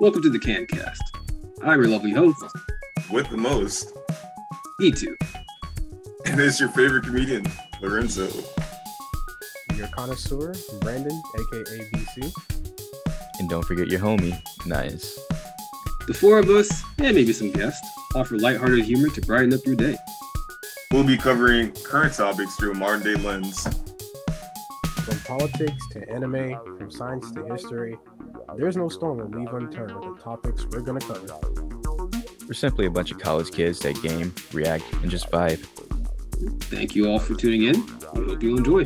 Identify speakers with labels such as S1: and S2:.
S1: Welcome to the CanCast. I'm your lovely host, E
S2: with the most,
S1: E2.
S2: and it's your favorite comedian, Lorenzo.
S3: Your connoisseur, Brandon, aka BC.
S4: And don't forget your homie. Nice.
S1: The four of us, and maybe some guests, offer lighthearted humor to brighten up your day.
S2: We'll be covering current topics through a modern day lens.
S3: From politics to anime, from science to history, there's no stone we'll leave unturned with the topics we're gonna cover.
S4: We're simply a bunch of college kids that game, react, and just vibe.
S1: Thank you all for tuning in. We hope you enjoy.